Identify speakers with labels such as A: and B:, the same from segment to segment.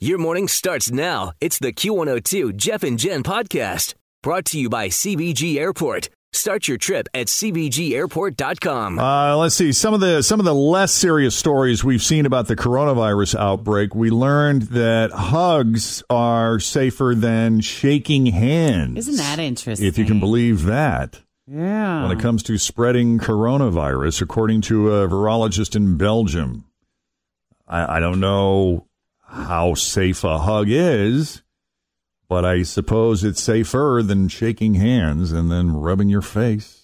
A: Your morning starts now. It's the Q102 Jeff and Jen podcast brought to you by CBG Airport. Start your trip at CBGAirport.com.
B: Uh, let's see some of the some of the less serious stories we've seen about the coronavirus outbreak. We learned that hugs are safer than shaking hands.
C: Isn't that interesting?
B: If you can believe that.
C: Yeah.
B: When it comes to spreading coronavirus, according to a virologist in Belgium, I, I don't know how safe a hug is, but I suppose it's safer than shaking hands and then rubbing your face.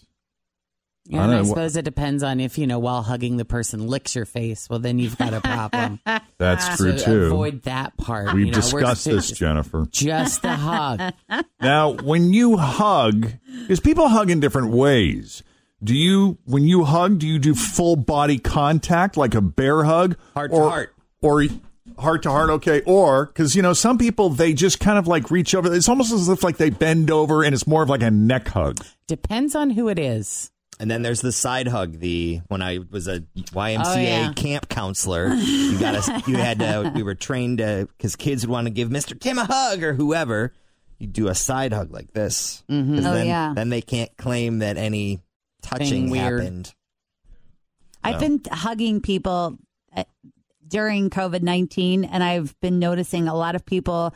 C: Yeah,
B: I
C: and I
B: know.
C: suppose it depends on if, you know, while hugging the person licks your face, well, then you've got a problem.
B: That's true
C: Ah. so
B: too.
C: avoid that part.
B: We've
C: you know, we're
B: discussed
C: ju-
B: this, Jennifer.
C: Just the hug.
B: Now, when you hug, because people hug in different ways. Do you, when you hug, do you do full body contact like a bear hug,
C: Heart to
B: or,
C: heart.
B: or heart to heart? Okay, or because you know some people they just kind of like reach over. It's almost as if like they bend over, and it's more of like a neck hug.
C: Depends on who it is.
D: And then there's the side hug. The when I was a YMCA
C: Oh, yeah.
D: camp counselor, you got us. You had to. We were trained to because kids would want to give Mr. Tim a hug or whoever. You do a side hug like this. Mm-hmm.
E: Oh,
D: then,
E: yeah.
D: Then they can't claim that any touching
C: Thing weird.
D: happened.
E: I've been hugging people uh, during COVID 19, and I've been noticing a lot of people,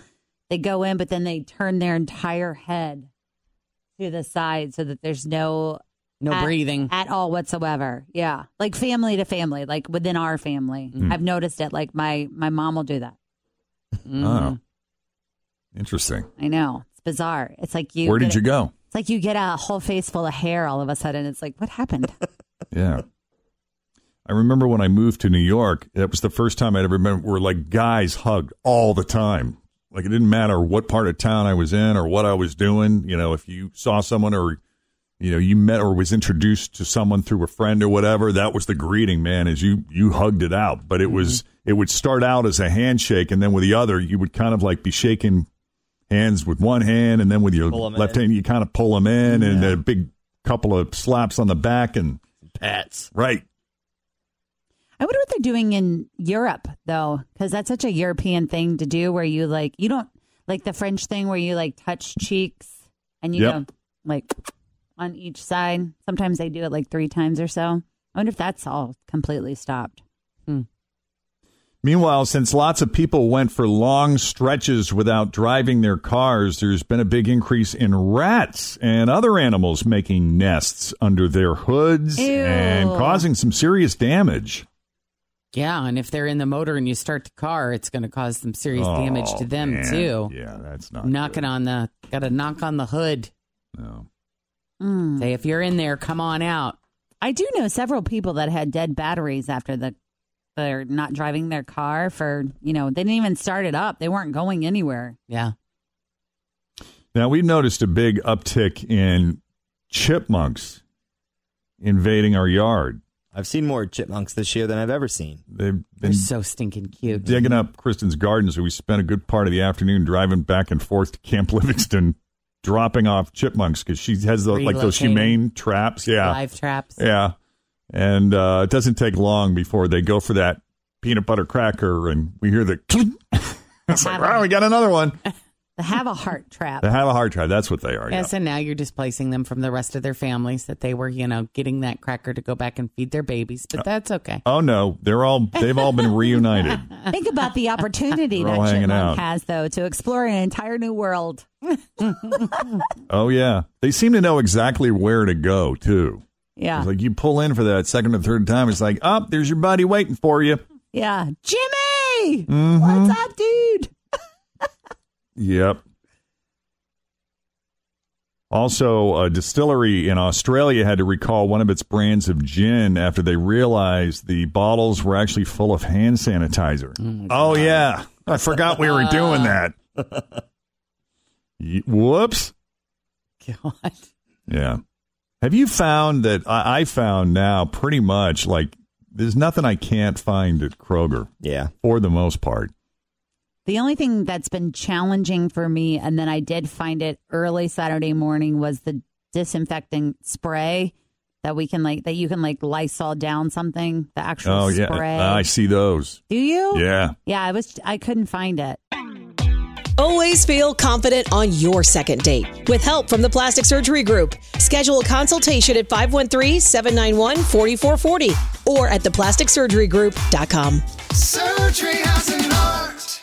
E: they go in, but then they turn their entire head to the side so that there's no
C: No
E: at-
C: breathing.
E: at all whatsoever. Yeah. Like family to family, like within our family.
B: Mm-hmm.
E: I've noticed it. Like my, my mom will do that.
C: Mm.
B: Oh, interesting.
E: I know. It's bizarre. It's like you.
B: Where
E: get
B: did you
E: a-
B: go?
E: It's like you get a whole face full of hair all of a sudden. It's like, what happened?
B: Yeah. I remember when I moved to New York, that was the first time I'd ever been where like guys hugged all the time. Like it didn't matter what part of town I was in or what I was doing. You know, if you saw someone or, you know, you met or was introduced to someone through a friend or whatever, that was the greeting, man, is you, you hugged it out. But it was,
D: Mm-hmm.
B: it would start out as a handshake. And then with the other, you would kind of like be shaking hands with one hand. And then with your
D: Pull 'em
B: left
D: in.
B: hand, you kind of pull them in and a big couple of slaps on the back and
D: Pets.
B: right.
E: I wonder what they're doing in Europe though, because that's such a European thing to do, where you like you don't like the French thing where you like touch cheeks and you
B: Yep.
E: go like on each side. Sometimes they do it like three times or so. I wonder if that's all completely stopped.
B: Meanwhile, since lots of people went for long stretches without driving their cars, there's been a big increase in rats and other animals making nests under their hoods
E: Ew.
B: and causing some serious damage.
C: Yeah, and if they're in the motor and you start the car, it's going to cause some serious
B: Oh,
C: damage to them
B: man.
C: too.
B: Yeah, that's not
C: Knocking on the, got to knock on the hood.
B: good. No.
E: Mm.
C: Say if you're in there, come on out.
E: I do know several people that had dead batteries after the they're not driving their car for you know they didn't even start it up. They weren't going anywhere.
C: Yeah,
B: Now we've noticed a big uptick in chipmunks invading our yard.
D: I've seen more chipmunks this year than I've ever seen.
B: They've
C: they're
B: been
C: so stinking cute.
B: digging up Kristen's garden, so we spent a good part of the afternoon driving back and forth to Camp Livingston, dropping off chipmunks because she has the, like those
C: Relocating.
B: humane traps. Yeah,
C: Live traps.
B: yeah, and uh, it doesn't take long before they go for that peanut butter cracker, and we hear the. clink. it's like, wow, we got another one.
E: The have a heart trap.
B: They have a hard time. That's what they are.
C: Yes,
B: yeah.
C: and now you're displacing them from the rest of their families that they were, you know, getting that cracker to go back and feed their babies. But that's okay.
B: Oh no, they're all they've all been reunited.
E: Think about the opportunity
B: They're
E: that
B: all
E: your
B: hanging
E: mom
B: out.
E: has, though, to explore an entire new world.
B: Oh yeah, they seem to know exactly where to go too.
E: Yeah.
B: It's like you pull in for that second or third time. It's like, oh, there's your buddy waiting for you.
E: yeah. Jimmy!
B: Mm-hmm.
E: What's up, dude?
B: Yep. Also, a distillery in Australia had to recall one of its brands of gin after they realized the bottles were actually full of hand sanitizer. Oh, yeah. I forgot we were doing that. Y- Whoops.
C: God.
B: Yeah. Have you found that I, I found now pretty much like there's nothing I can't find at Kroger
D: Yeah.
B: for the most part.
E: The only thing that's been challenging for me, and then I did find it early Saturday morning, was the disinfectant spray that we can like that you can like Lysol down something. The actual
B: Oh, yeah.
E: spray.
B: I see those.
E: Do you?
B: Yeah.
E: Yeah. I was. I couldn't find it.
F: Always feel confident on your second date with help from the Plastic Surgery Group. Schedule a consultation at 513 791 4440 or at theplasticsurgerygroup.com.
G: Surgery has an art.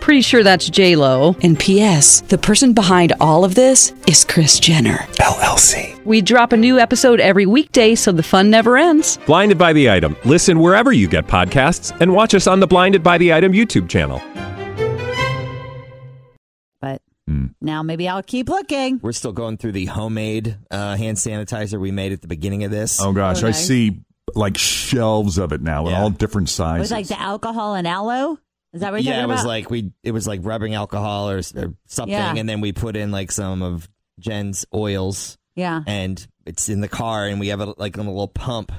H: Pretty sure that's J Lo.
F: And P.S. The person behind all of this is Chris Jenner.
I: LLC.
H: We drop a new episode every weekday, so the fun never ends.
I: Blinded by the item. Listen wherever you get podcasts, and watch us on the Blinded by the Item YouTube channel.
E: But
B: Hmm.
E: now maybe I'll keep looking.
D: We're still going through the homemade uh, hand sanitizer we made at the beginning of this.
B: Oh gosh,
E: Oh,
B: I
E: nice.
B: see like shelves of it now in
D: Yeah.
B: all different
E: With
B: sizes.
E: like the alcohol and aloe. Is that what you're
D: yeah, it
E: talking
D: was
E: about?
D: like we it was like rubbing alcohol or, s- or something,
E: Yeah.
D: and then we put in like some of Jen's oils,
E: yeah.
D: and it's in the car, and we have a, like a little pump,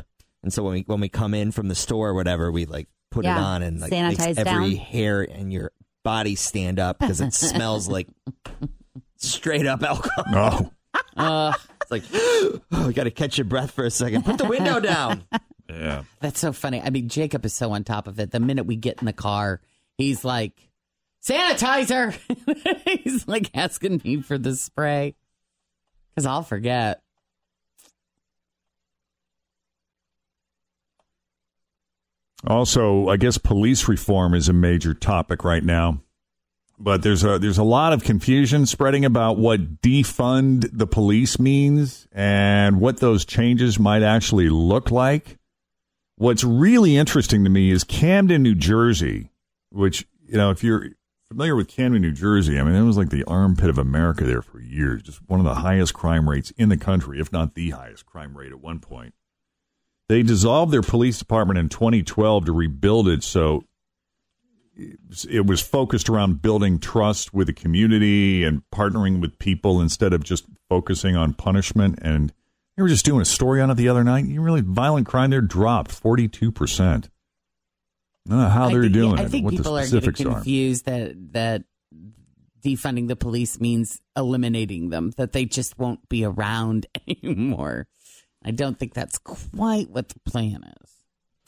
D: and so when we when we come in from the store or whatever, we like put it
E: Yeah.
D: on and like makes
E: Sanitize
D: every
E: down.
D: hair in your body stand up because it smells like straight up
B: oh,
D: alcohol.
C: Uh,
D: It's like oh, you got to catch your breath for a second. Put the window down.
B: yeah.
C: that's so funny. I mean, Jacob is so on top of it. The minute we get in the car, he's like, sanitizer. he's like asking me for the spray because I'll forget.
B: Also, I guess police reform is a major topic right now. But there's a there's a lot of confusion spreading about what defund the police means and what those changes might actually look like. What's really interesting to me is Camden, New Jersey, which you know if you're familiar with Camden, New Jersey, I mean it was like the armpit of America there for years, just one of the highest crime rates in the country, if not the highest crime rate at one point they dissolved their police department in 2012 to rebuild it so it was focused around building trust with the community and partnering with people instead of just focusing on punishment and they were just doing a story on it the other night you really violent crime there dropped 42% I don't know how
C: I
B: they're
C: think-
B: doing
C: I
B: it,
C: think
B: what the
C: people are getting
B: specifics are.
C: confused that that defunding the police means eliminating them, that they just won't be around anymore. I don't think that's quite what the plan is.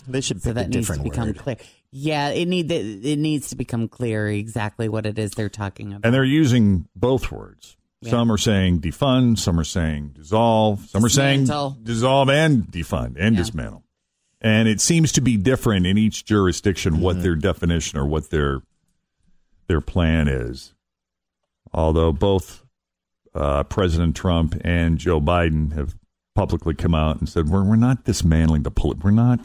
D: They should pick
C: So
D: a
C: that needs to
D: different
C: become
D: word.
C: clear. Yeah, it need it needs to become clear exactly what it is they're talking about.
B: And they're using both words.
C: Yeah.
B: Some are saying defund, some are saying dissolve, some are
C: Dismantle.
B: saying dissolve and defund and
C: Yeah.
B: dismantle. And it seems to be different in each jurisdiction what their definition or what their their plan is. Although both uh, President Trump and Joe Biden have publicly come out and said we're we're not dismantling the police, we're not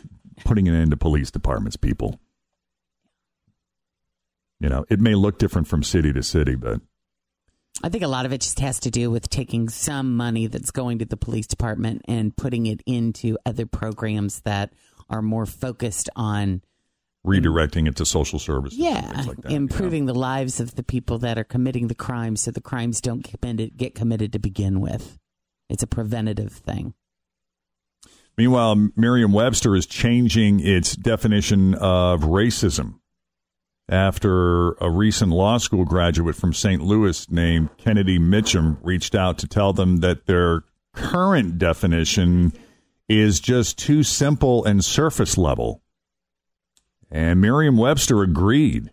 B: putting an end to police departments, people. You know, it may look different from city to city, but
C: I think a lot of it just has to do with taking some money that's going to the police department and putting it into other programs that are more focused on
B: redirecting it to social services. and
C: Mm. yeah,
B: things like that, you know.
C: improving the lives of the people that are committing the crimes so the crimes don't committed, get committed to begin with. It's a preventative thing.
B: Meanwhile, Merriam Webster is changing its definition of racism. after a recent law school graduate from St. Louis named Kennedy Mitchum reached out to tell them that their current definition is just too simple and surface level. And Merriam Webster agreed.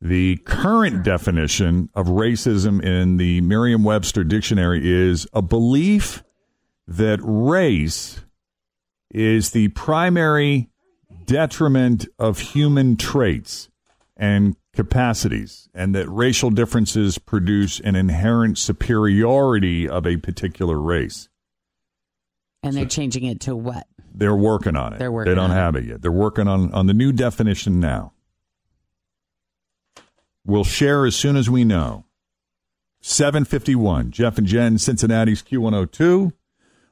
B: The current definition of racism in the Merriam Webster dictionary is a belief that race is the primary detriment of human traits and capacities, and that racial differences produce an inherent superiority of a particular race.
C: And they're changing it to what?
B: They're working on it.
C: They're working
B: They don't
C: on
B: have it. yet. They're working on, on the new definition now. We'll share as soon as we know. 751, Jeff and Jen, Cincinnati's Q102.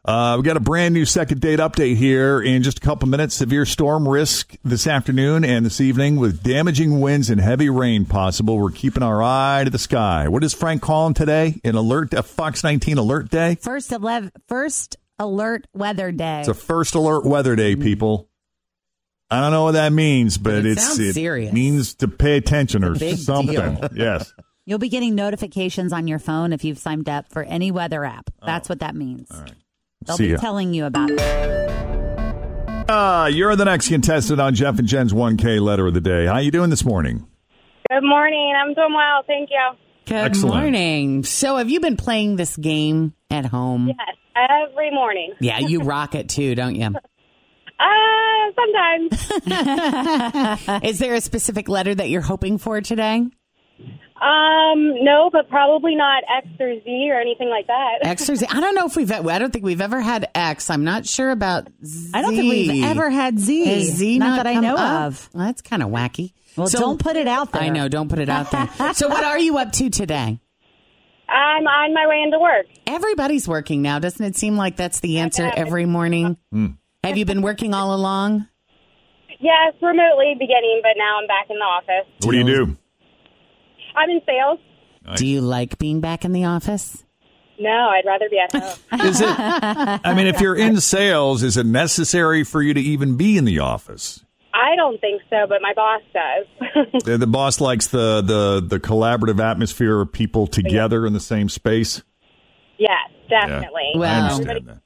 B: Uh, we got a brand new second date update here in just a couple minutes. Severe storm risk this afternoon and this evening with damaging winds and heavy rain possible. We're keeping our eye to the sky. What is Frank calling today? An alert, a Fox 19 alert day?
E: First, elev first alert weather day.
B: It's a first alert weather day, people. I don't know what that means, but,
E: Mm-hmm. But it
B: it's
E: sounds
B: it
E: serious.
B: means to pay attention or
E: It's a big
B: something.
E: deal.
B: Yes.
E: You'll be getting notifications on your phone if you've signed up for any weather app.
D: Oh.
E: That's what that means. They'll
B: See
E: be
B: ya.
E: telling you about it.
B: Uh, you're the next contestant on Jeff and Jen's 1K letter of the day. How you doing this morning?
J: Good morning. I'm doing well. Thank you.
C: Good
B: Excellent.
C: morning. So, have you been playing this game at home?
J: Yes, every morning.
C: Yeah, you rock it too, don't you?
J: Uh, sometimes.
C: Is there a specific letter that you're hoping for today?
J: um, no, but probably not X or Z or anything like that.
C: X or Z? I don't know if we've. I don't think we've ever had X. I'm not sure about Z.
E: I don't think we've ever had Z.
C: Is Z
E: Not that I
C: come
E: know
C: up?
E: of.
C: Well, that's kind of wacky.
E: Well, don't put it out there.
C: I know. Don't put it out there. so, what are you up to today?
J: I'm on my way into work.
C: Everybody's working now. Doesn't it seem like that's the answer every morning? Have you been working all along?
J: Yes, remotely beginning, but now I'm back in the office.
B: What do you do?
J: I'm in sales.
C: Do you like being back in the office?
J: No, I'd rather be at home.
B: Is it? I mean, if you're in sales, is it necessary for you to even be in the office?
J: I don't think so, but my boss does.
B: The, the boss likes the, the, the collaborative atmosphere of people together in the same space.
J: yes, definitely.
B: Yeah, I understand
J: Everybody-
B: that.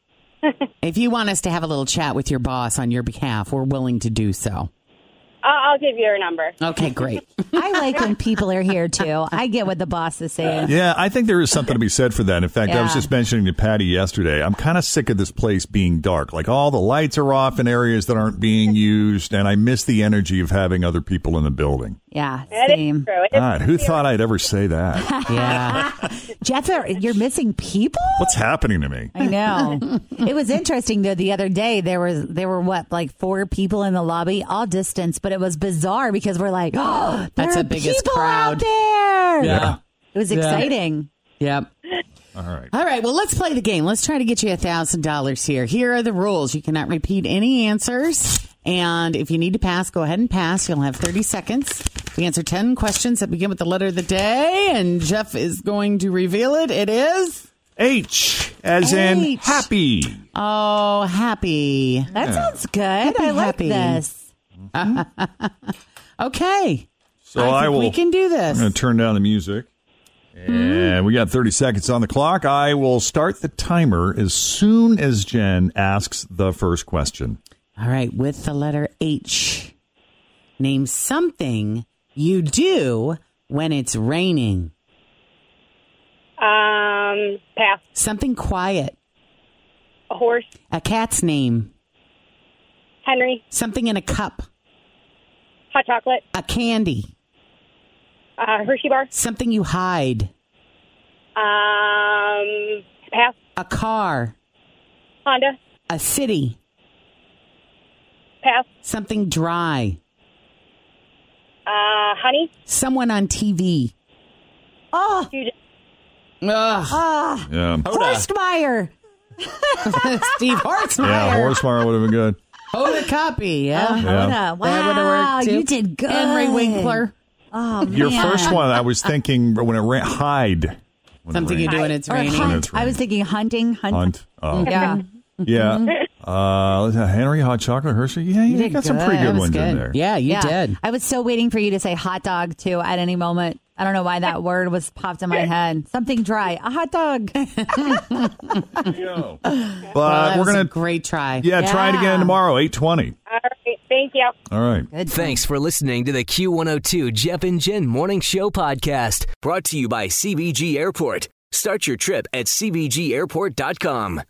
C: If you want us to have a little chat with your boss on your behalf, we're willing to do so.
J: I'll, I'll give you her number.
C: Okay, great.
E: I like when people are here too. I get what the boss is saying.
B: Yeah, I think there is something to be said for that. In fact, I was
E: Yeah.
B: just mentioning to Patty yesterday, I'm kind of sick of this place being dark. Like all the lights are off in areas that aren't being used, and I miss the energy of having other people in the building.
E: Yeah,
J: That is
E: same.
J: true. It is-
B: God, who thought I'd ever say that?
C: Yeah.
E: Jeff, are- you're missing people.
B: What's happening to me?
E: I know. it was interesting though. The other day there was there were what like four people in the lobby, all distance, but it was bizarre because we're like, oh, there
C: That's
E: are
C: the biggest
E: people out
C: crowd."
E: there.
B: Yeah.
E: It was
C: Yeah.
E: exciting.
C: Yep.
B: All right.
C: All right. Well, let's play the game. Let's try to get you a thousand dollars here. Here are the rules. You cannot repeat any answers, and if you need to pass, go ahead and pass. You'll have thirty seconds to answer ten questions that begin with the letter of the day, and Jeff is going to reveal it. It is
B: H as in
C: H.
B: happy.
C: oh happy.
E: That sounds good. I like
C: happy.
E: this.
C: Okay.
B: So
C: I,
B: I,
C: think
B: will.
C: We can Mm-hmm. do
B: I'm going
C: this.
B: to turn down the music. And we got 30 seconds on the clock. I will start the timer as soon as Jen asks the first question.
C: All right. With the letter H, name something you do when it's raining.
J: Um, pass.
C: Something quiet.
J: A horse.
C: A cat's name.
J: Henry.
C: Something in a cup.
J: Hot chocolate.
C: A candy.
J: Uh, Hershey bar.
C: Something you hide.
J: Um, pass.
C: A car.
J: Honda.
C: A city.
J: Pass.
C: Something dry.
J: Uh, honey.
C: Someone on TV.
E: Oh,
J: Huge.
C: Ugh.
B: Yeah.
E: Horstmeyer.
C: Steve Hartzmeyer.
B: Yeah, Horsemeyer would have been good.
C: Oda Copy. Yeah.
B: Yeah.
C: That uh, would've
E: Hoda. Oh, Uh, Wow,
C: worked, too.
E: you did good.
C: Henry Winkler.
E: Oh,
B: Your
E: man.
B: first one, I was thinking when it ran, hide. When it
C: Something you
B: ran-
C: do when it's
E: Or
C: raining.
E: hunt.
B: That's right.
E: I was thinking hunting. Hunt.
B: Hunt. Oh.
E: Yeah.
B: Yeah. Uh, let's- uh, Henry, hot chocolate, Hershey. Yeah, you,
E: did
B: got some pretty
E: good. That
B: good
E: was
B: ones in
E: good.
B: there. Uh,
E: I was still waiting for you to say hot dog too at any moment. I don't know why that word was popped in my head. Something dry, a hot dog.
B: But
C: Well, that
B: we're
C: was
B: gonna
C: a great try.
B: Yeah, try it again tomorrow, eight twenty.
J: All right. Thank you.
B: All right.
A: Thanks for listening to the Q102 Jeff and Jen Morning Show podcast brought to you by CBG Airport. Start your trip at CBGAirport.com.